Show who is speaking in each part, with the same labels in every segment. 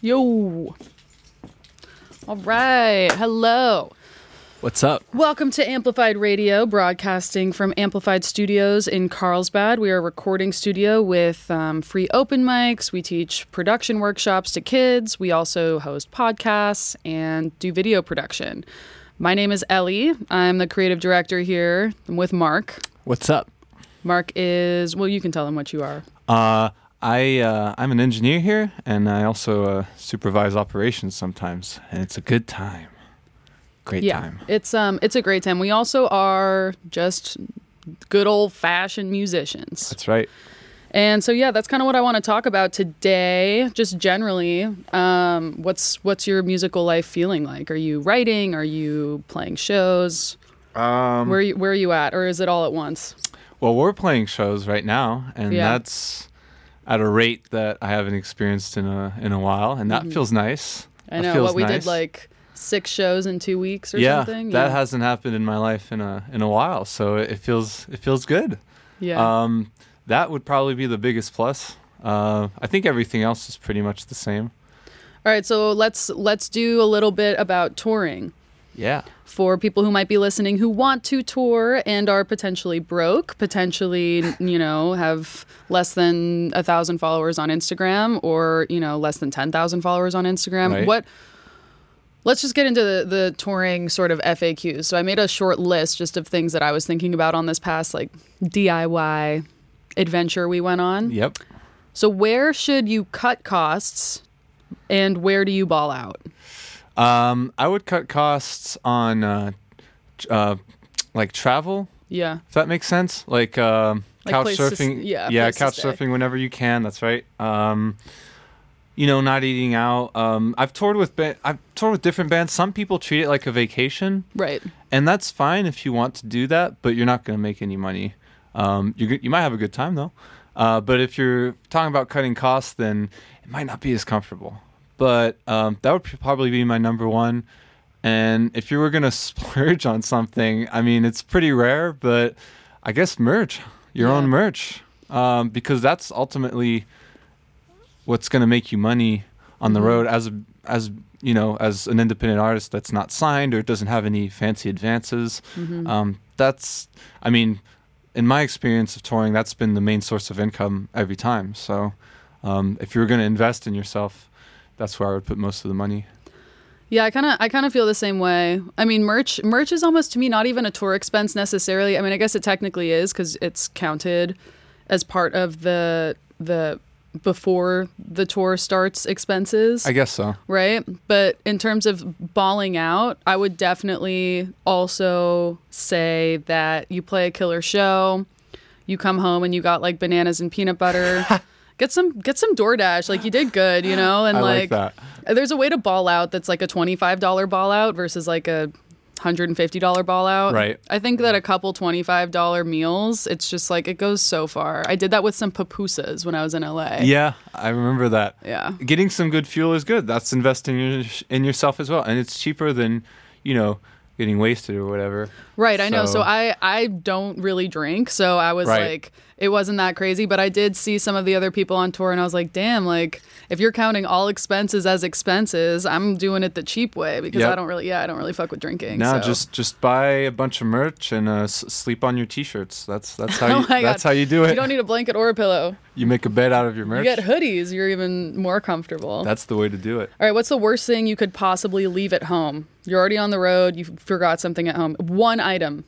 Speaker 1: Yo. All right. Hello.
Speaker 2: What's up?
Speaker 1: Welcome to Amplified Radio, broadcasting from Amplified Studios in Carlsbad. We are a recording studio with um, free open mics. We teach production workshops to kids. We also host podcasts and do video production. My name is Ellie. I'm the creative director here. I'm with Mark.
Speaker 2: What's up?
Speaker 1: Mark is, well, you can tell him what you are.
Speaker 2: Uh, I uh, I'm an engineer here, and I also uh, supervise operations sometimes, and it's a good time. Great
Speaker 1: yeah,
Speaker 2: time.
Speaker 1: it's um, it's a great time. We also are just good old fashioned musicians.
Speaker 2: That's right.
Speaker 1: And so yeah, that's kind of what I want to talk about today, just generally. Um, what's what's your musical life feeling like? Are you writing? Are you playing shows? Um, where you, where are you at, or is it all at once?
Speaker 2: Well, we're playing shows right now, and
Speaker 1: Yeah.
Speaker 2: that's at a rate that I haven't experienced in a in a while, and that feels nice.
Speaker 1: Mm-hmm. I
Speaker 2: That
Speaker 1: know
Speaker 2: feels
Speaker 1: what we did
Speaker 2: nice.
Speaker 1: like six shows in two weeks or
Speaker 2: yeah,
Speaker 1: something.
Speaker 2: that
Speaker 1: yeah,
Speaker 2: hasn't happened in my life in a in a while, so it feels it feels good.
Speaker 1: yeah,
Speaker 2: Um, that would probably be the biggest plus. Uh, I think everything else is pretty much the same.
Speaker 1: All right, so let's let's do a little bit about touring
Speaker 2: Yeah.
Speaker 1: for people who might be listening who want to tour and are potentially broke, potentially you know have less than a thousand followers on Instagram or you know less than ten thousand followers on Instagram.
Speaker 2: Right.
Speaker 1: What? Let's just get into the, the touring sort of FAQs. So I made a short list just of things that I was thinking about on this past like DIY adventure we went on.
Speaker 2: Yep.
Speaker 1: So where should you cut costs and where do you ball out?
Speaker 2: Um, I would cut costs on uh, tr- uh, like travel,
Speaker 1: Yeah.
Speaker 2: if that makes sense. Like, um
Speaker 1: Like
Speaker 2: couch
Speaker 1: place to s-
Speaker 2: surfing.
Speaker 1: yeah,
Speaker 2: yeah,
Speaker 1: place to
Speaker 2: couch
Speaker 1: stay.
Speaker 2: surfing whenever you can. That's right. Um, you know, not eating out. Um, I've toured with ba- I've toured with different bands. Some people treat it like a vacation,
Speaker 1: Right.
Speaker 2: and that's fine if you want to do that, but you're not going to make any money. Um, you you might have a good time though, uh, but if you're talking about cutting costs, then it might not be as comfortable. But um, that would probably be my number one. And if you were going to splurge on something, I mean, it's pretty rare, but I guess merch, your
Speaker 1: Yeah.
Speaker 2: own merch, um, because that's ultimately what's going to make you money on the
Speaker 1: Mhm.
Speaker 2: road as a as you know as an independent artist that's not signed or doesn't have any fancy advances
Speaker 1: Mhm.
Speaker 2: um, that's i mean in my experience of touring that's been the main source of income every time so um, if you're going to invest in yourself that's where i would put most of the money
Speaker 1: Yeah, I kind of I kind of feel the same way. I mean, merch merch is almost to me not even a tour expense necessarily. I mean, I guess it technically is cuz it's counted as part of the the before the tour starts expenses,
Speaker 2: i guess so
Speaker 1: right? But in terms of balling out, I would definitely also say that you play a killer show, you come home and you got like bananas and peanut butter. Get some get some DoorDash. Like you did good, you know? And
Speaker 2: i like, that
Speaker 1: there's a way to ball out that's like a $25 ball out versus like a $150 ball out.
Speaker 2: Right.
Speaker 1: I think that a couple $25 meals, it's just like it goes so far. I did that with some pupusas when I was in LA.
Speaker 2: yeah i remember that
Speaker 1: Yeah.
Speaker 2: getting some good fuel is good that's investing in, your, in yourself as well and it's cheaper than you know getting wasted or whatever
Speaker 1: Right, I know. So
Speaker 2: So-
Speaker 1: I I don't really drink, so I was
Speaker 2: Right.
Speaker 1: like it wasn't that crazy, but I did see some of the other people on tour and I was like, "Damn, like if you're counting all expenses as expenses, I'm doing it the cheap way because I
Speaker 2: Yep.
Speaker 1: don't really yeah, I don't really fuck with drinking."
Speaker 2: No,
Speaker 1: so.
Speaker 2: just just buy a bunch of merch and uh, s- sleep on your t-shirts. That's that's how
Speaker 1: Oh
Speaker 2: you,
Speaker 1: my God.
Speaker 2: that's how you do
Speaker 1: you
Speaker 2: it.
Speaker 1: don't
Speaker 2: You,
Speaker 1: need a blanket or a pillow.
Speaker 2: make a bed out of your merch.
Speaker 1: You get hoodies, you're even more comfortable.
Speaker 2: that's the way to do it.
Speaker 1: all right, what's the worst thing you could possibly leave at home? You're already on the road, you forgot something at home. One item.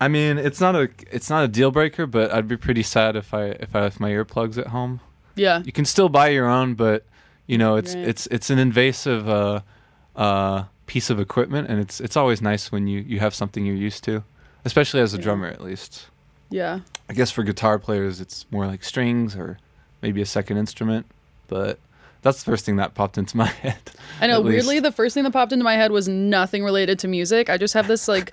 Speaker 2: I mean, it's not a it's not a deal breaker, but I'd be pretty sad if I if I left my earplugs at home.
Speaker 1: Yeah.
Speaker 2: You can still buy your own, but you know it's
Speaker 1: Right.
Speaker 2: it's it's an invasive uh, uh, piece of equipment, and it's it's always nice when you you have something you're used to, especially as a
Speaker 1: Yeah.
Speaker 2: drummer at least.
Speaker 1: Yeah.
Speaker 2: I guess for guitar players, it's more like strings or maybe a second instrument, but that's the first thing that popped into my head.
Speaker 1: I know.
Speaker 2: at least.
Speaker 1: Weirdly, the first thing that popped into my head was nothing related to music. I just have this like,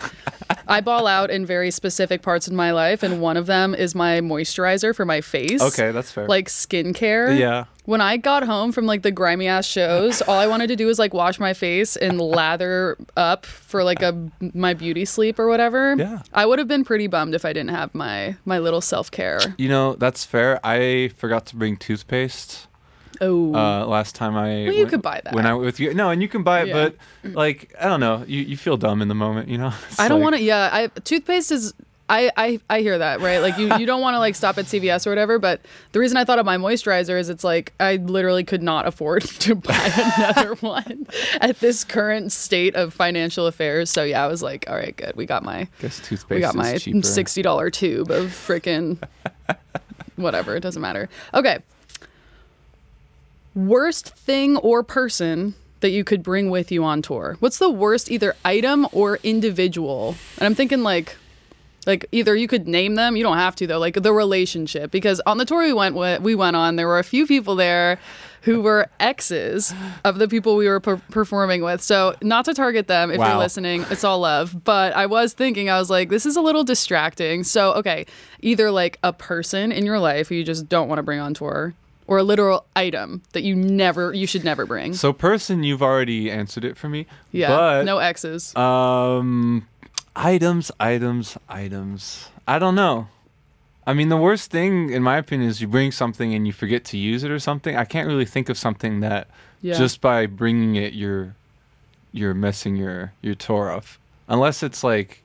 Speaker 1: I ball out in very specific parts of my life, and one of them is my moisturizer for my face.
Speaker 2: Okay, that's fair.
Speaker 1: Like skincare.
Speaker 2: yeah,
Speaker 1: When I got home from like the grimy ass shows, all I wanted to do was like wash my face and lather up for like a my beauty sleep or whatever.
Speaker 2: Yeah.
Speaker 1: I would have been pretty bummed if I didn't have my my little self care.
Speaker 2: you know that's fair. I forgot to bring toothpaste.
Speaker 1: Oh.
Speaker 2: Uh, last time I
Speaker 1: Well, you could buy that.
Speaker 2: when I was with you. No, and you can buy it,
Speaker 1: Yeah. Mm.
Speaker 2: but like I don't know, you, you feel dumb in the moment, you know. It's
Speaker 1: I don't
Speaker 2: like-
Speaker 1: want to. Yeah, I toothpaste is. I, I, I hear that right like you, you don't want to like stop at CVS or whatever but the reason I thought of my moisturizer is it's like I literally could not afford to buy another one at this current state of financial affairs so yeah I was like all right good we got my
Speaker 2: Guess toothpaste
Speaker 1: we got
Speaker 2: is
Speaker 1: my
Speaker 2: cheaper.
Speaker 1: sixty dollar tube of freaking whatever. It doesn't matter. Okay. Worst thing or person that you could bring with you on tour. What's the worst either item or individual? And I'm thinking like like either you could name them, you don't have to though, like the relationship because on the tour we went with, we went on there were a few people there who were exes of the people we were per- performing with. So, not to target them if you're
Speaker 2: Wow.
Speaker 1: listening listening. It's all love. But I was thinking, I was like, this is a little distracting. So, okay, either like a person in your life who you just don't want to bring on tour or a literal item that you never, you should never bring.
Speaker 2: So person, you've already answered it for me.
Speaker 1: yeah.
Speaker 2: But,
Speaker 1: no exes.
Speaker 2: Um, items, items, items. I don't know. I mean, the worst thing, in my opinion, is you bring something and you forget to use it or something. I can't really think of something that
Speaker 1: Yeah.
Speaker 2: just by bringing it, you're you're messing your your tour up. Unless it's like,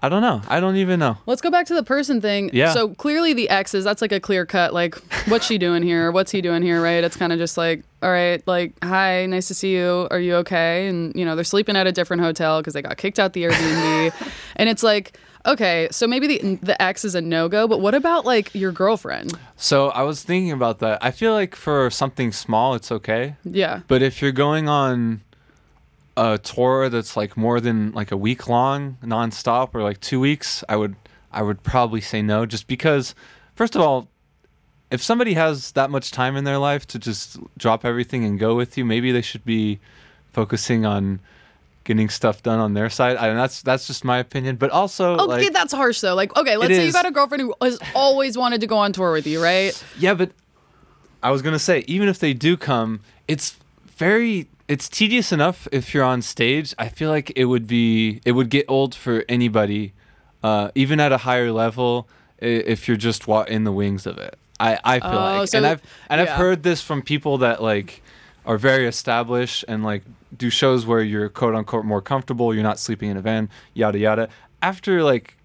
Speaker 2: I don't know. I don't even know.
Speaker 1: Let's go back to the person thing.
Speaker 2: Yeah.
Speaker 1: So clearly the exes, that's like a clear cut, like, what's she doing here? What's he doing here? Right. It's kind of just like, all right, like, hi, nice to see you. Are you okay? And, you know, they're sleeping at a different hotel because they got kicked out the Airbnb. and it's like, okay, so maybe the, the ex is a no go, but what about like your girlfriend?
Speaker 2: So I was thinking about that. I feel like for something small, it's okay.
Speaker 1: Yeah.
Speaker 2: But if you're going on a tour that's like more than like a week long, nonstop, or like two weeks, I would I would probably say no, just because first of all, if somebody has that much time in their life to just drop everything and go with you, maybe they should be focusing on getting stuff done on their side. I, that's that's just my opinion. But also,
Speaker 1: Okay,
Speaker 2: like,
Speaker 1: that's harsh though. Like, okay, let's
Speaker 2: It
Speaker 1: say you
Speaker 2: is.
Speaker 1: got a girlfriend who has always wanted to go on tour with you, right?
Speaker 2: Yeah, but I was gonna say, even if they do come, it's very it's tedious enough if you're on stage. I feel like it would be it would get old for anybody, uh, even at a higher level, i- if you're just wa- in the wings of it. I, I feel
Speaker 1: Oh,
Speaker 2: like,
Speaker 1: so-
Speaker 2: and I've and
Speaker 1: yeah.
Speaker 2: I've heard this from people that like are very established and like do shows where you're quote unquote more comfortable. You're not sleeping in a van, yada yada. After like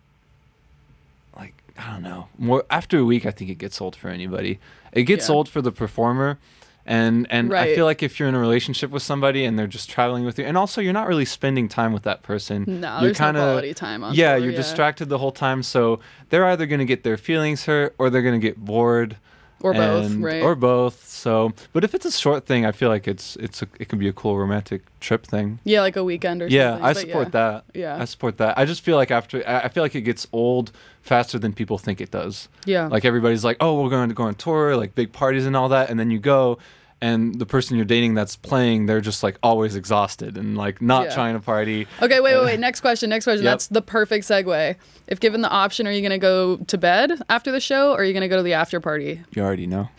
Speaker 2: like I don't know. More after a week, I think it gets old for anybody. It gets
Speaker 1: Yeah.
Speaker 2: old for the performer, and and
Speaker 1: Right.
Speaker 2: I feel like if you're in a relationship with somebody and they're just traveling with you, and also you're not really spending time with that person.
Speaker 1: No,
Speaker 2: Mm. you're
Speaker 1: there's no
Speaker 2: kinda-
Speaker 1: quality time on
Speaker 2: yeah,
Speaker 1: tour,
Speaker 2: you're
Speaker 1: yeah.
Speaker 2: distracted the whole time, so they're either going to get their feelings hurt or they're going to get bored.
Speaker 1: Or both,
Speaker 2: and-
Speaker 1: right?
Speaker 2: Or both. So, but if it's a short thing, I feel like it's it's a, it can be a cool romantic trip thing.
Speaker 1: Yeah, like a weekend or
Speaker 2: Yeah,
Speaker 1: something.
Speaker 2: I
Speaker 1: but
Speaker 2: support
Speaker 1: yeah.
Speaker 2: that.
Speaker 1: Yeah.
Speaker 2: I support that. I just feel like after I I feel like it gets old faster than people think it does.
Speaker 1: Yeah.
Speaker 2: Like everybody's like, "Oh, we're going to go on tour, like big parties and all that," and then you go and the person you're dating that's playing, they're just like always exhausted and like not
Speaker 1: Yeah.
Speaker 2: trying to party.
Speaker 1: Okay, wait, wait, wait. Next question. Next question.
Speaker 2: uh, Yep.
Speaker 1: That's the perfect segue. If given the option, are you going to go to bed after the show or are you going to go to the after party?
Speaker 2: You already know.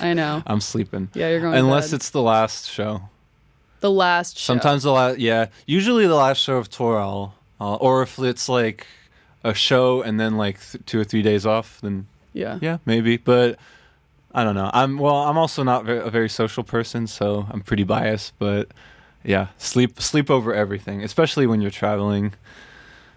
Speaker 1: I know.
Speaker 2: I'm sleeping.
Speaker 1: Yeah, you're going to
Speaker 2: Unless
Speaker 1: bed.
Speaker 2: it's the last show.
Speaker 1: the last show.
Speaker 2: Sometimes the last, yeah. Usually the last show of tour, I'll, I'll or if it's like a show and then like th- two or three days off, then
Speaker 1: Yeah.
Speaker 2: yeah, maybe. But I don't know. I'm well. I'm also not ve- a very social person, so I'm pretty biased. But yeah, sleep sleep over everything, especially when you're traveling.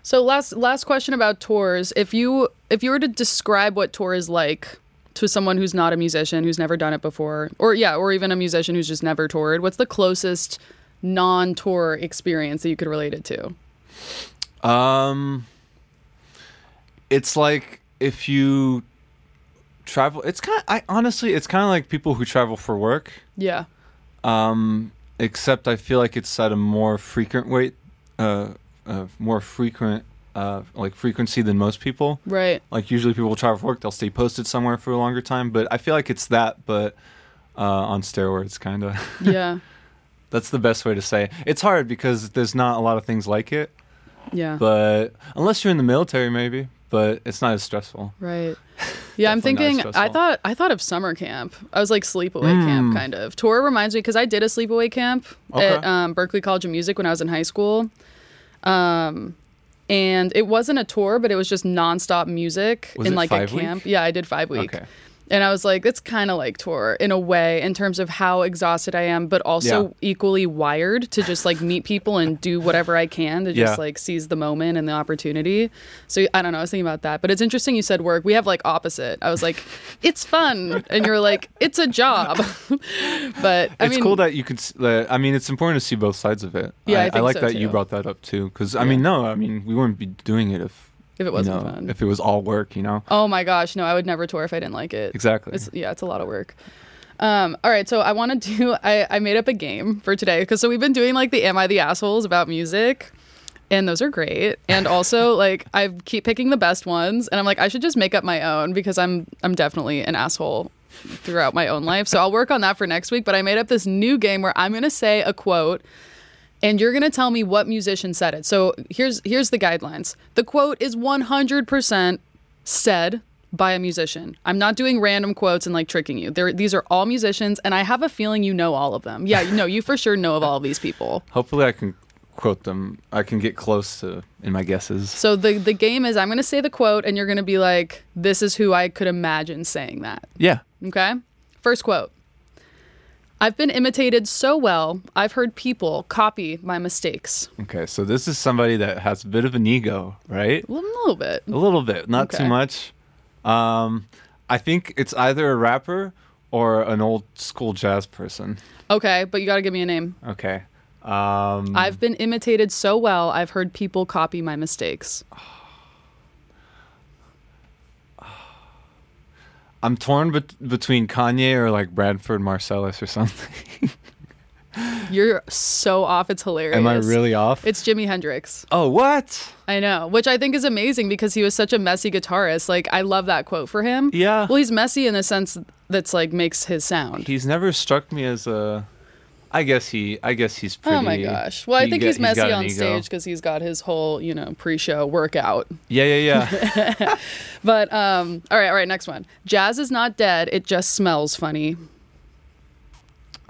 Speaker 1: So last last question about tours. If you if you were to describe what tour is like to someone who's not a musician, who's never done it before, or yeah, or even a musician who's just never toured, what's the closest non-tour experience that you could relate it to?
Speaker 2: Um, it's like if you travel. It's kind. I honestly, it's kind of like people who travel for work.
Speaker 1: Yeah.
Speaker 2: Um, except I feel like it's at a more frequent rate, uh, uh more frequent, uh, like frequency than most people.
Speaker 1: Right.
Speaker 2: Like usually people will travel for work, they'll stay posted somewhere for a longer time. But I feel like it's that, but uh, on steroids, kind of.
Speaker 1: Yeah.
Speaker 2: That's the best way to say. It. It's hard because there's not a lot of things like it.
Speaker 1: Yeah.
Speaker 2: But unless you're in the military, maybe. But it's not as stressful.
Speaker 1: Right. Yeah, I'm
Speaker 2: Definitely
Speaker 1: thinking.
Speaker 2: not
Speaker 1: I
Speaker 2: stressful. Hmm.
Speaker 1: thought I thought of summer camp. I was like sleepaway camp kind of. Tour reminds me because I did a sleepaway camp
Speaker 2: Okay.
Speaker 1: at um, Berkeley College of Music when I was in high school, um, and it wasn't a tour, but it was just nonstop music
Speaker 2: Was
Speaker 1: in
Speaker 2: it
Speaker 1: like
Speaker 2: five
Speaker 1: a
Speaker 2: week?
Speaker 1: camp. Yeah, I did five week.
Speaker 2: Okay.
Speaker 1: And I was like, it's kind of like tour in a way, in terms of how exhausted I am, but also
Speaker 2: Yeah.
Speaker 1: equally wired to just like meet people and do whatever I can to just
Speaker 2: Yeah.
Speaker 1: like seize the moment and the opportunity. So I don't know. I was thinking about that, but it's interesting you said work. We have like opposite. I was like, it's fun. And you're like, it's a job. but I
Speaker 2: it's
Speaker 1: mean,
Speaker 2: cool that you could. s- That, I mean, it's important to see both sides of it.
Speaker 1: Yeah, I
Speaker 2: I
Speaker 1: think
Speaker 2: like
Speaker 1: so,
Speaker 2: that you
Speaker 1: too.
Speaker 2: brought that up too, because I mean, no, I mean, we wouldn't be doing it if
Speaker 1: if it
Speaker 2: you
Speaker 1: wasn't
Speaker 2: know,
Speaker 1: fun.
Speaker 2: if it was all work, you know.
Speaker 1: oh my gosh. No, I would never tour if I didn't like it.
Speaker 2: Exactly.
Speaker 1: It's yeah, it's a lot of work. Um, all right, so I want to do. I, I made up a game for today because so we've been doing like the "Am I the Assholes" about music, and those are great. And also like I keep picking the best ones, and I'm like I should just make up my own because I'm I'm definitely an asshole throughout my own life. So I'll work on that for next week. But I made up this new game where I'm gonna say a quote, and you're going to tell me what musician said it. So here's here's the guidelines. The quote is 100% said by a musician. I'm not doing random quotes and like tricking you. They're, these are all musicians and I have a feeling you know all of them. Yeah, you know, you for sure know of all of these people.
Speaker 2: Hopefully, I can quote them. I can get close to in my guesses.
Speaker 1: So the the game is I'm going to say the quote and you're going to be like this is who I could imagine saying that.
Speaker 2: Yeah.
Speaker 1: Okay? First quote. I've been imitated so well. I've heard people copy my mistakes.
Speaker 2: Okay. So this is somebody that has a bit of an ego, right?
Speaker 1: A little bit.
Speaker 2: A little bit, not
Speaker 1: Okay.
Speaker 2: too much. Um, I think it's either a rapper or an old school jazz person.
Speaker 1: Okay, but you got to give me a name.
Speaker 2: Okay. Um,
Speaker 1: I've been imitated so well, I've heard people copy my mistakes.
Speaker 2: I'm torn bet- between Kanye or like Bradford Marcellus or something.
Speaker 1: You're so off. It's hilarious.
Speaker 2: Am I really off?
Speaker 1: It's Jimi Hendrix.
Speaker 2: oh, what?
Speaker 1: I know, which I think is amazing because he was such a messy guitarist. Like, I love that quote for him.
Speaker 2: Yeah.
Speaker 1: Well, he's messy in the sense that's like makes his sound.
Speaker 2: He's never struck me as a. I guess he. I guess he's pretty.
Speaker 1: oh my gosh. Well, I
Speaker 2: he
Speaker 1: think
Speaker 2: get-
Speaker 1: he's messy
Speaker 2: got an
Speaker 1: on
Speaker 2: ego.
Speaker 1: stage because he's got his whole, you know, pre show workout.
Speaker 2: Yeah, yeah, yeah.
Speaker 1: But, um, all right, all right, next one. Jazz is not dead. It just smells funny.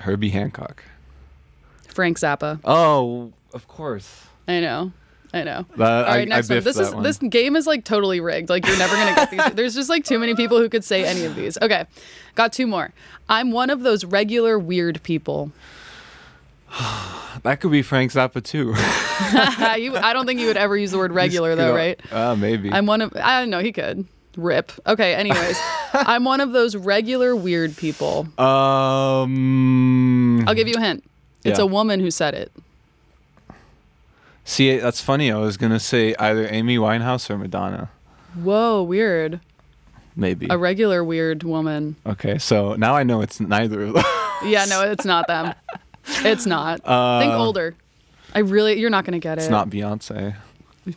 Speaker 2: Herbie Hancock.
Speaker 1: Frank Zappa.
Speaker 2: Oh, of course.
Speaker 1: I know. I know.
Speaker 2: That,
Speaker 1: All
Speaker 2: I,
Speaker 1: right, next
Speaker 2: I
Speaker 1: one.
Speaker 2: biffed
Speaker 1: This
Speaker 2: that
Speaker 1: is this game is like totally rigged. Like you're never gonna get these. There's just like too many people who could say any of these. Okay, got two more. I'm one of those regular weird people.
Speaker 2: That could be Frank Zappa too.
Speaker 1: you, I don't think you would ever use the word regular though, right?
Speaker 2: Uh, maybe.
Speaker 1: I'm one of. I don't know. He could. Rip. Okay. Anyways, I'm one of those regular weird people.
Speaker 2: um.
Speaker 1: I'll give you a hint. It's
Speaker 2: Yeah.
Speaker 1: a woman who said it.
Speaker 2: See, that's funny. I was gonna say either Amy Winehouse or Madonna.
Speaker 1: Whoa, weird.
Speaker 2: Maybe.
Speaker 1: A regular weird woman.
Speaker 2: okay, so now I know it's neither of them.
Speaker 1: Yeah, no, it's not them. It's not. think older. I really, you're not gonna get it.
Speaker 2: Uh, It's not Beyonce.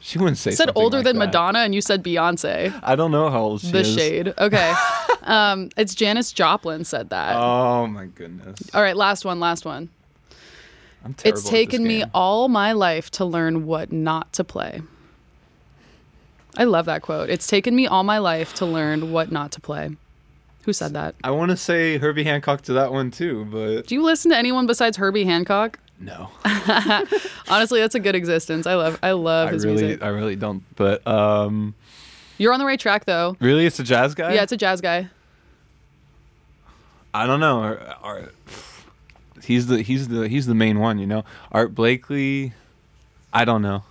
Speaker 2: She wouldn't say.
Speaker 1: You said
Speaker 2: something
Speaker 1: older
Speaker 2: like
Speaker 1: than
Speaker 2: that.
Speaker 1: Madonna, and you said Beyonce.
Speaker 2: I don't know how old she
Speaker 1: The
Speaker 2: is.
Speaker 1: shade. Okay. um, it's Janice Joplin said that.
Speaker 2: Oh my goodness.
Speaker 1: all right, last one, last one.
Speaker 2: I'm terrible.
Speaker 1: it's taken me
Speaker 2: All-
Speaker 1: all my life to learn what not to play. I love that quote. It's taken me all my life to learn what not to play. Who said that?
Speaker 2: I want to say Herbie Hancock to that one too, but
Speaker 1: Do you listen to anyone besides Herbie Hancock?
Speaker 2: no,
Speaker 1: Honestly, that's a good existence. I love I love
Speaker 2: I
Speaker 1: his
Speaker 2: really,
Speaker 1: music.
Speaker 2: I really don't. But um,
Speaker 1: You're on the right track though.
Speaker 2: really, it's a jazz guy.
Speaker 1: Yeah, it's a jazz guy.
Speaker 2: I don't know. Ar- Ar- he's the he's the he's the main one, you know. Art Blakely, I don't know.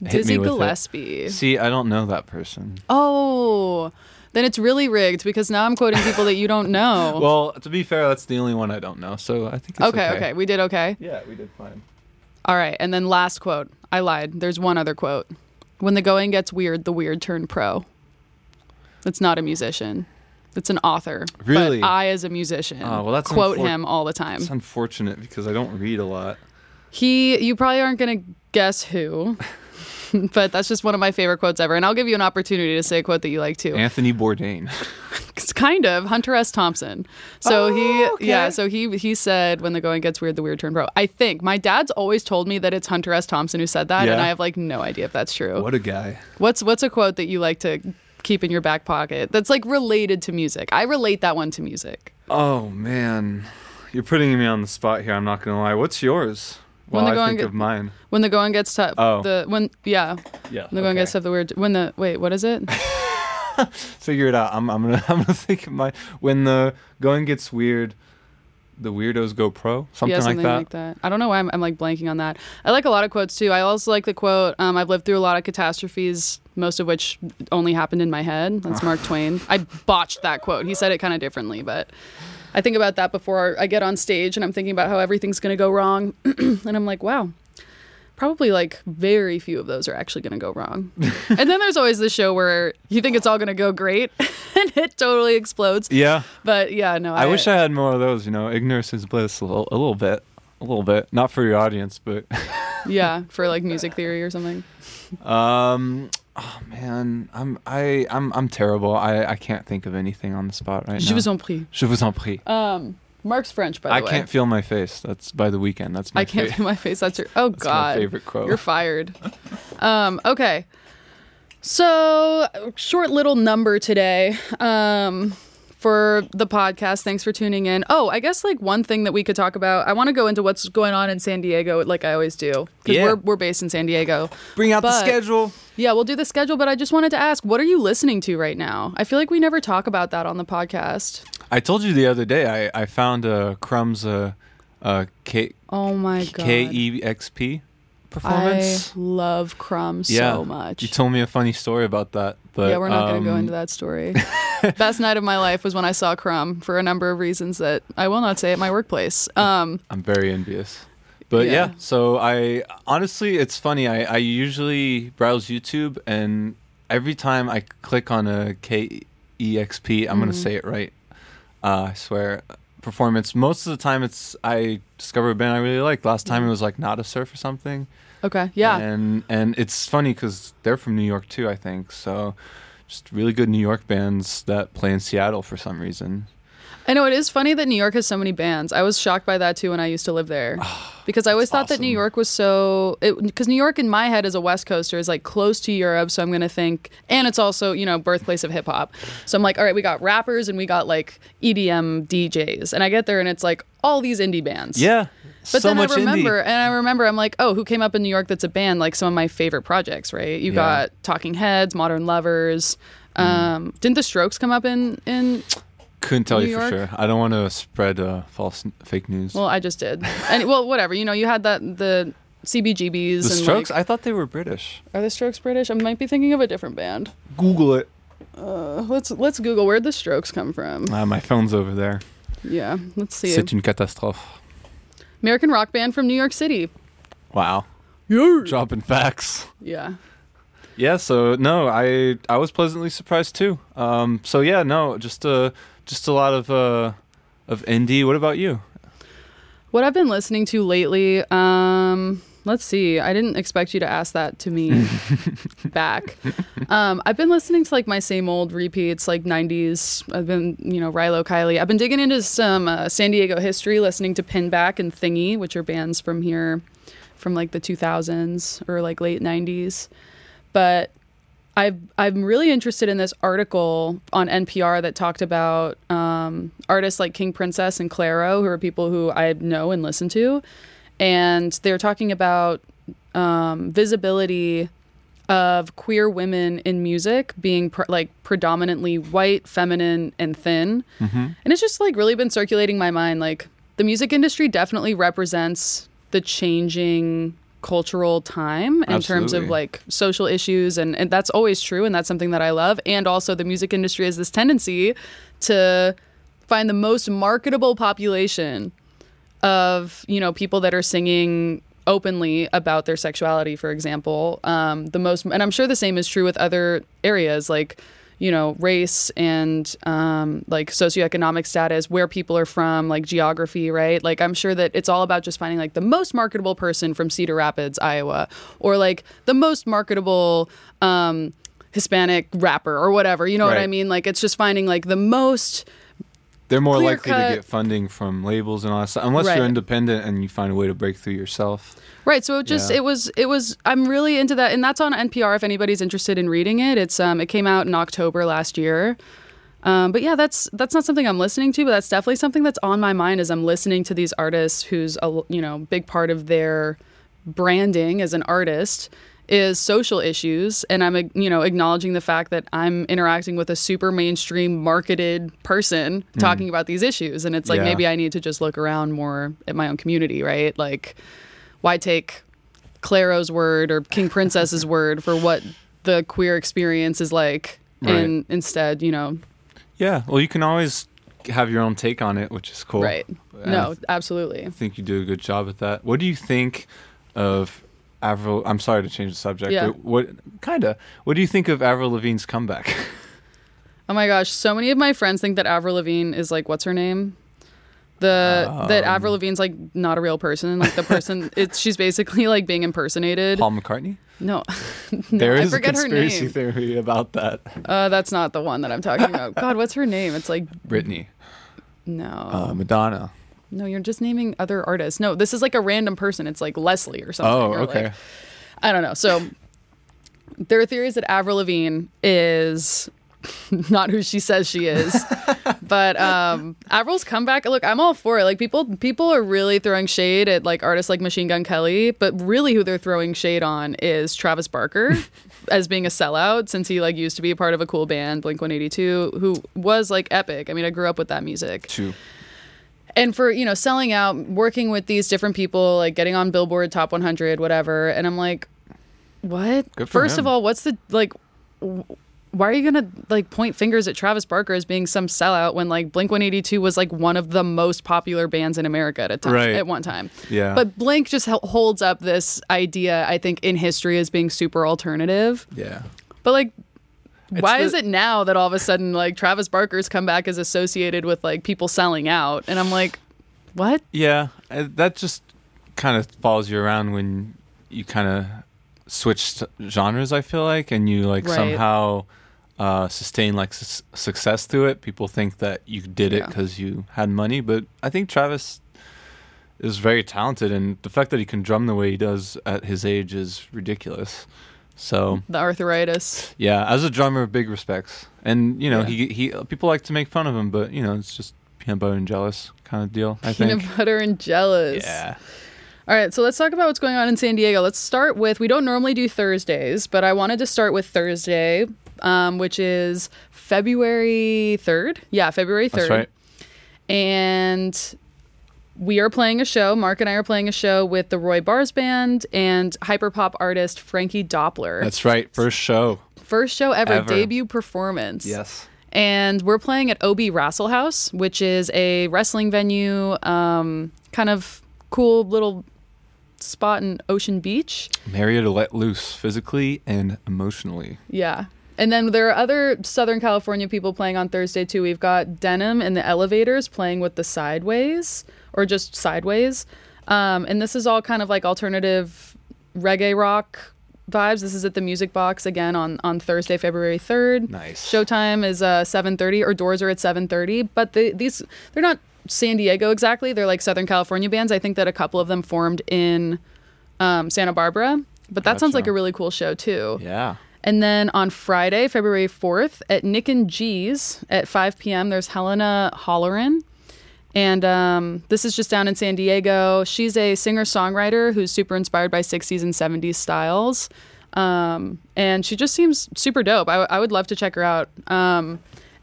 Speaker 2: Hit me
Speaker 1: Dizzy
Speaker 2: with it.
Speaker 1: Gillespie.
Speaker 2: See, I don't know that person.
Speaker 1: Oh, then it's really rigged because now I'm quoting people that you don't know.
Speaker 2: Well, to be fair, that's the only one I don't know. So I think it's okay.
Speaker 1: okay, okay, we did okay.
Speaker 2: Yeah, we did fine.
Speaker 1: All right, and then last quote. I lied. There's one other quote. When the going gets weird, the weird turn pro. It's not a musician. It's an author. But
Speaker 2: Really?
Speaker 1: I, as a musician,
Speaker 2: Oh, well, that's
Speaker 1: quote
Speaker 2: unfor-
Speaker 1: him all the time.
Speaker 2: It's unfortunate because I don't read a lot.
Speaker 1: He, you probably aren't going to guess who, but that's just one of my favorite quotes ever. And I'll give you an opportunity to say a quote that you like too.
Speaker 2: Anthony Bourdain.
Speaker 1: It's kind of Hunter S. Thompson. So
Speaker 2: Oh,
Speaker 1: he,
Speaker 2: okay.
Speaker 1: yeah. So he he said when the going gets weird, the weird turn pro. I think my dad's always told me that it's Hunter S. Thompson who said that, and
Speaker 2: Yeah.
Speaker 1: I have like no idea if that's true.
Speaker 2: what a guy.
Speaker 1: What's what's a quote that you like to keep in your back pocket that's like related to music? I relate that one to music.
Speaker 2: Oh man, you're putting me on the spot here. I'm not gonna lie. What's yours?
Speaker 1: When
Speaker 2: Well,
Speaker 1: they're
Speaker 2: I
Speaker 1: going
Speaker 2: think
Speaker 1: to-
Speaker 2: of mine.
Speaker 1: When the going gets tough,
Speaker 2: Oh.
Speaker 1: the when yeah,
Speaker 2: Yeah.
Speaker 1: when the going gets tough, the weird when the wait, what is it?
Speaker 2: figure it out. I'm, I'm gonna I'm gonna think of my when the going gets weird, the weirdos go pro, something,
Speaker 1: yeah, something
Speaker 2: like that.
Speaker 1: like that. I don't know why I'm, I'm like blanking on that. I like a lot of quotes too. I also like the quote, um, I've lived through a lot of catastrophes, most of which only happened in my head. That's Mark Twain. I botched that quote. He said it kind of differently, but I think about that before I get on stage and I'm thinking about how everything's going to go wrong. and I'm like, wow. Probably like very few of those are actually going to go wrong. and then there's always the show where you think it's all going to go great and it totally explodes.
Speaker 2: Yeah,
Speaker 1: But yeah, no,
Speaker 2: I wish I had more of those. You know, ignorance is bliss a little, a little bit, a little bit. Not for your audience, but
Speaker 1: yeah, for like music theory or something.
Speaker 2: um, oh man, I'm I I'm I'm terrible. I I can't think of anything on the spot right
Speaker 1: Je
Speaker 2: now.
Speaker 1: vous en prie.
Speaker 2: Je vous en prie.
Speaker 1: Um, Mark's French, by the
Speaker 2: I
Speaker 1: way.
Speaker 2: can't feel my face. That's by the weekend. That's my
Speaker 1: I can't
Speaker 2: fa-
Speaker 1: feel my face. That's your. Oh
Speaker 2: that's
Speaker 1: God.
Speaker 2: my favorite quote.
Speaker 1: You're fired. Um, okay. So, short little number today um, for the podcast. Thanks for tuning in. Oh, I guess like one thing that we could talk about. I want to go into what's going on in San Diego, like I always do, because
Speaker 2: Yeah.
Speaker 1: we're we're based in San Diego.
Speaker 2: Bring out the
Speaker 1: But-
Speaker 2: schedule.
Speaker 1: Yeah, we'll do the schedule, but I just wanted to ask, what are you listening to right now? I feel like we never talk about that on the podcast.
Speaker 2: I told you the other day. I I found uh, Crumb's uh, uh, K
Speaker 1: Oh my god.
Speaker 2: K E X P
Speaker 1: I
Speaker 2: performance.
Speaker 1: love Crumb
Speaker 2: Yeah.
Speaker 1: so much.
Speaker 2: You told me a funny story about that, but
Speaker 1: yeah, we're not going to go
Speaker 2: um,
Speaker 1: into that story. Best night of my life was when I saw Crumb for a number of reasons that I will not say at my workplace. Um,
Speaker 2: I'm very envious. But yeah.
Speaker 1: Yeah.
Speaker 2: so I honestly, it's funny. I, I usually browse YouTube, and every time I click on a KEXP, I'm going
Speaker 1: Mm-hmm.
Speaker 2: to say it right. Uh, I swear. Performance. Most of the time, it's I discover a band I really like. Last time it was like Not a Surf or something.
Speaker 1: okay, yeah.
Speaker 2: And and it's funny because they're from New York too, I think. So just really good New York bands that play in Seattle for some reason.
Speaker 1: I know it is funny that New York has so many bands. I was shocked by that too when I used to live there. Because I always
Speaker 2: that's
Speaker 1: thought that New
Speaker 2: awesome.
Speaker 1: York was so because New York in my head as a West Coaster is like close to Europe, so I'm gonna think and it's also, you know, birthplace of hip hop. So I'm like, all right, we got rappers and we got like E EDM DJs. And I get there and it's like all these indie bands.
Speaker 2: Yeah.
Speaker 1: But
Speaker 2: so
Speaker 1: then
Speaker 2: much
Speaker 1: I remember,
Speaker 2: indie.
Speaker 1: and I remember, I'm like, oh, who came up in New York that's a band? Like some of my favorite projects, right? You
Speaker 2: Yeah. Mm.
Speaker 1: got Talking Heads, Modern Lovers. Um, didn't the Strokes come up in in?
Speaker 2: Couldn't tell
Speaker 1: New
Speaker 2: you for
Speaker 1: York?
Speaker 2: sure. I don't want to spread uh, false n- fake news.
Speaker 1: Well, I just did. And well, whatever. You know, you had that the CBGBs
Speaker 2: the
Speaker 1: and
Speaker 2: Strokes.
Speaker 1: Like,
Speaker 2: I thought they were British.
Speaker 1: are the Strokes British? I might be thinking of a different band.
Speaker 2: Google it.
Speaker 1: Uh, let's let's Google where'd the Strokes come from.
Speaker 2: Uh, my phone's over there.
Speaker 1: Yeah, let's see.
Speaker 2: C'est une catastrophe.
Speaker 1: American rock band from New York City.
Speaker 2: Wow.
Speaker 1: Yeah.
Speaker 2: Dropping facts.
Speaker 1: Yeah.
Speaker 2: Yeah, so no, I I was pleasantly surprised too. Um, so yeah, no, just uh, just a lot of uh, of indie. What about you?
Speaker 1: What I've been listening to lately, um, let's see. I didn't expect you to ask that to me back. Um, I've been listening to like my same old repeats, like 90s. I've been, you know, Rilo Kiley. I've been digging into some uh, San Diego history, listening to Pinback and Thingy, which are bands from here from like the 2000s or like late 90s. But I've, I'm really interested in this article on NPR that talked about um, artists like King Princess and Claro, who are people who I know and listen to. And they're talking about um, visibility of queer women in music being pr- like predominantly white, feminine, and thin.
Speaker 2: Mm-hmm.
Speaker 1: And it's just like really been circulating my mind. Like the music industry definitely represents the changing cultural time in terms of
Speaker 2: Absolutely.
Speaker 1: like social issues and, and that's always true and that's something that I love. And also the music industry has this tendency to find the most marketable population of you know people that are singing openly about their sexuality for example um, the most and i'm sure the same is true with other areas like you know race and um, like socioeconomic status where people are from like geography right like i'm sure that it's all about just finding like the most marketable person from cedar rapids iowa or like the most marketable um, hispanic rapper or whatever you know what i
Speaker 2: Right.
Speaker 1: mean like it's just finding like the most
Speaker 2: They're more
Speaker 1: Clear
Speaker 2: likely
Speaker 1: cut.
Speaker 2: to get funding from labels and all that stuff, unless
Speaker 1: Right.
Speaker 2: you're independent and you find a way to break through yourself.
Speaker 1: Right. So it just
Speaker 2: Yeah.
Speaker 1: it was it was I'm really into that and that's on NPR if anybody's interested in reading it. It's um it came out in October last year. Um, but yeah, that's that's not something I'm listening to, but that's definitely something that's on my mind as I'm listening to these artists who's a l- you know big part of their branding as an artist is social issues and i'm you know acknowledging the fact that i'm interacting with a super mainstream marketed person talking about these issues and it's like
Speaker 2: Hmm. Yeah.
Speaker 1: maybe i need to just look around more at my own community right like why take claro's word or king princess's word for what the queer experience is like and instead you know
Speaker 2: Yeah. Well, you can always have your own take on it, which is cool.
Speaker 1: right
Speaker 2: And I
Speaker 1: no absolutely
Speaker 2: think you do a good job at that. What do you think of Avril? I'm sorry to change the subject.
Speaker 1: Yeah.
Speaker 2: But what kind of? What do you think of Avril Lavigne's comeback?
Speaker 1: Oh my gosh, so many of my friends think that Avril Lavigne is like what's her name? The
Speaker 2: Ah.
Speaker 1: that Avril Lavigne's like not a real person, like the person it's she's basically like being impersonated.
Speaker 2: Paul McCartney.
Speaker 1: No.
Speaker 2: there
Speaker 1: I
Speaker 2: is a
Speaker 1: forget her
Speaker 2: conspiracy
Speaker 1: name.
Speaker 2: theory about that.
Speaker 1: Uh, that's not the one that I'm talking about. God, what's her name? It's like
Speaker 2: Britney,
Speaker 1: no.
Speaker 2: uh, Madonna.
Speaker 1: no, you're just naming other artists. No, this is like a random person. It's like Leslie or something.
Speaker 2: Oh,
Speaker 1: or,
Speaker 2: okay.
Speaker 1: like, I don't know. So there are theories that Avril Lavigne is not who she says she is. but um Avril's comeback, look, I'm all for it. Like people people are really throwing shade at like artists like Machine Gun Kelly, but really who they're throwing shade on is Travis Barker as being a sellout since he like used to be a part of a cool band, Blink-182, who was like epic. I mean, I grew up with that music
Speaker 2: True.
Speaker 1: and for you know selling out working with these different people like getting on billboard top 100 whatever and i'm like what
Speaker 2: Good for
Speaker 1: first
Speaker 2: him.
Speaker 1: of all what's the like w- why are you gonna like point fingers at travis barker as being some sellout when like blink 182 was like one of the most popular bands in america at, a time,
Speaker 2: Right.
Speaker 1: at one time
Speaker 2: Yeah.
Speaker 1: but blink just hel- holds up this idea i think in history as being super alternative
Speaker 2: yeah.
Speaker 1: but like, why
Speaker 2: the-
Speaker 1: is it now that all of a sudden like Travis Barker's comeback is associated with like people selling out? And I'm like, what?
Speaker 2: Yeah, uh, that just kind of follows you around when you kind of switch s- genres. I feel like, and you like
Speaker 1: Right.
Speaker 2: somehow uh, sustain like s- success through it. People think that you did it
Speaker 1: Yeah.
Speaker 2: because you had money, but I think Travis is very talented, and the fact that he can drum the way he does at his age is ridiculous. So
Speaker 1: The arthritis.
Speaker 2: yeah, as a drummer, big respects, and you know
Speaker 1: Yeah.
Speaker 2: he he people like to make fun of him, but you know it's just peanut butter and jealous kind of deal. I
Speaker 1: Peanut
Speaker 2: think.
Speaker 1: butter and jealous.
Speaker 2: Yeah.
Speaker 1: All right, so let's talk about what's going on in San Diego. Let's start with we don't normally do Thursdays, but I wanted to start with Thursday, um, which is February 3rd. Yeah, February 3rd.
Speaker 2: That's right.
Speaker 1: and we are playing a show. Mark and I are playing a show with the Roy Bars Band and hyperpop artist Frankie Doppler.
Speaker 2: That's right. First show.
Speaker 1: First show ever,
Speaker 2: Ever.
Speaker 1: debut performance. And we're playing at OB Rassel House, which is a wrestling venue, um, kind of cool little spot in Ocean Beach.
Speaker 2: Marry to let loose physically and emotionally.
Speaker 1: Yeah. And then there are other Southern California people playing on Thursday too. We've got Denim and the Elevators playing with the Sideways or just Sideways. Um, and this is all kind of like alternative reggae rock vibes. This is at the Music Box again on, on Thursday, February 3rd.
Speaker 2: Nice.
Speaker 1: Showtime is uh, 7.30 or doors are at 7.30. But the, these, they're not San Diego exactly. They're like Southern California bands. I think that a couple of them formed in um, Santa Barbara. But that sounds
Speaker 2: Gotcha.
Speaker 1: like a really cool show too.
Speaker 2: Yeah.
Speaker 1: And then on Friday, February 4th, at Nick and G's at 5 p.m., there's Helena Hollerin. And um, this is just down in San Diego. She's a singer songwriter who's super inspired by 60s and 70s styles. Um, and she just seems super dope. I, I would love to check her out. Um,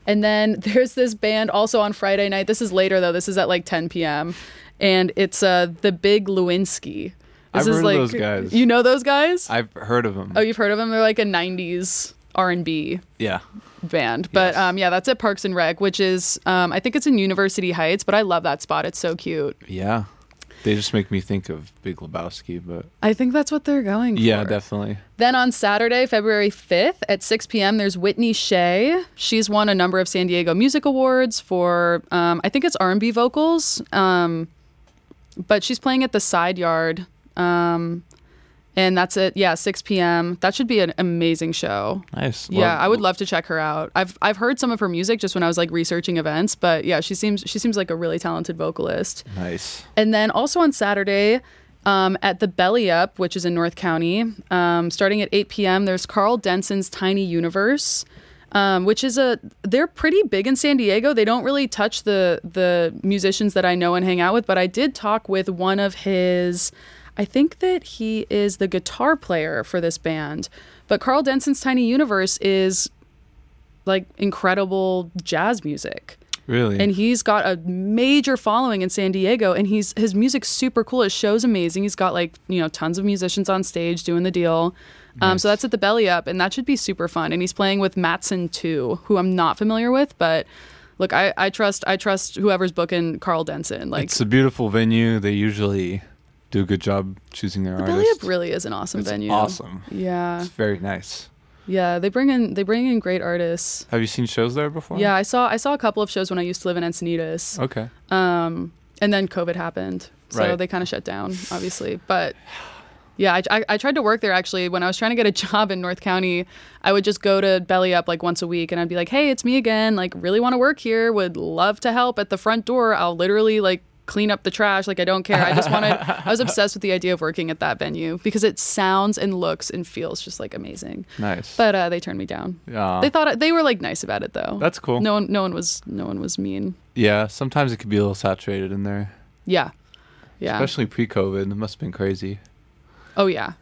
Speaker 1: and then there's this band also on Friday night. This is later, though. This is at like 10 p.m. And it's uh, The Big Lewinsky. This
Speaker 2: I've
Speaker 1: is
Speaker 2: heard of
Speaker 1: like,
Speaker 2: those guys.
Speaker 1: You know those guys?
Speaker 2: I've heard of them.
Speaker 1: Oh, you've heard of them? They're like a '90s R&B
Speaker 2: yeah.
Speaker 1: band. But
Speaker 2: Yes.
Speaker 1: um, yeah, that's at Parks and Rec, which is um, I think it's in University Heights. But I love that spot. It's so cute.
Speaker 2: Yeah. They just make me think of Big Lebowski, but
Speaker 1: I think that's what they're going for.
Speaker 2: yeah, definitely.
Speaker 1: Then on Saturday, February 5th at 6 p.m., there's Whitney Shea. She's won a number of San Diego Music Awards for, um, I think it's R&B vocals, um, but she's playing at the Side Yard, um, and that's it. Yeah, 6 p.m. That should be an amazing show.
Speaker 2: Nice.
Speaker 1: Yeah, I would love to check her out. I've I've heard some of her music just when I was like researching events, but yeah, she seems she seems like a really talented vocalist.
Speaker 2: Nice.
Speaker 1: And then also on Saturday, um, at the Belly Up, which is in North County, um, starting at 8 p.m., there's Carl Denson's Tiny Universe, um, which is a they're pretty big in San Diego. They don't really touch the the musicians that I know and hang out with, but I did talk with one of his. I think that he is the guitar player for this band. But Carl Denson's Tiny Universe is like incredible jazz music.
Speaker 2: Really?
Speaker 1: And he's got a major following in San Diego and he's his music's super cool. His show's amazing. He's got like, you know, tons of musicians on stage doing the deal. Um, so that's at the belly up and that should be super fun. And he's playing with Matson too, who I'm not familiar with, but look, I, I trust I trust whoever's booking Carl Denson. Like
Speaker 2: it's a beautiful venue. They usually do a good job choosing their
Speaker 1: the belly
Speaker 2: artists.
Speaker 1: up really is an awesome
Speaker 2: it's
Speaker 1: venue.
Speaker 2: awesome.
Speaker 1: Yeah.
Speaker 2: It's very nice.
Speaker 1: Yeah. They bring in they bring in great artists.
Speaker 2: Have you seen shows there before?
Speaker 1: Yeah, I saw I saw a couple of shows when I used to live in Encinitas.
Speaker 2: Okay.
Speaker 1: Um, and then COVID happened, so
Speaker 2: Right.
Speaker 1: they kind of shut down, obviously. But yeah, I, I, I tried to work there actually when I was trying to get a job in North County. I would just go to Belly Up like once a week, and I'd be like, "Hey, it's me again. Like, really want to work here. Would love to help at the front door. I'll literally like." clean up the trash like i don't care i just wanted i was obsessed with the idea of working at that venue because it sounds and looks and feels just like amazing
Speaker 2: Nice.
Speaker 1: but uh, they turned me down
Speaker 2: yeah.
Speaker 1: they thought they were like nice about it though
Speaker 2: That's cool.
Speaker 1: no one no one was no one was mean
Speaker 2: Yeah. Sometimes it could be a little saturated in there,
Speaker 1: yeah yeah
Speaker 2: especially pre-COVID. It must have been crazy.
Speaker 1: oh yeah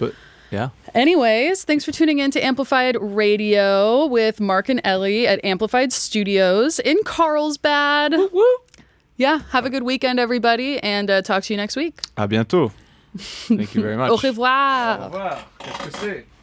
Speaker 2: But yeah.
Speaker 1: anyways thanks for tuning in to amplified radio with mark and ellie at amplified studios in carlsbad yeah have a good weekend everybody and uh, talk to you next week
Speaker 2: À bientôt. Thank you very much.
Speaker 1: au revoir
Speaker 2: revoir. Qu'est-ce que c'est?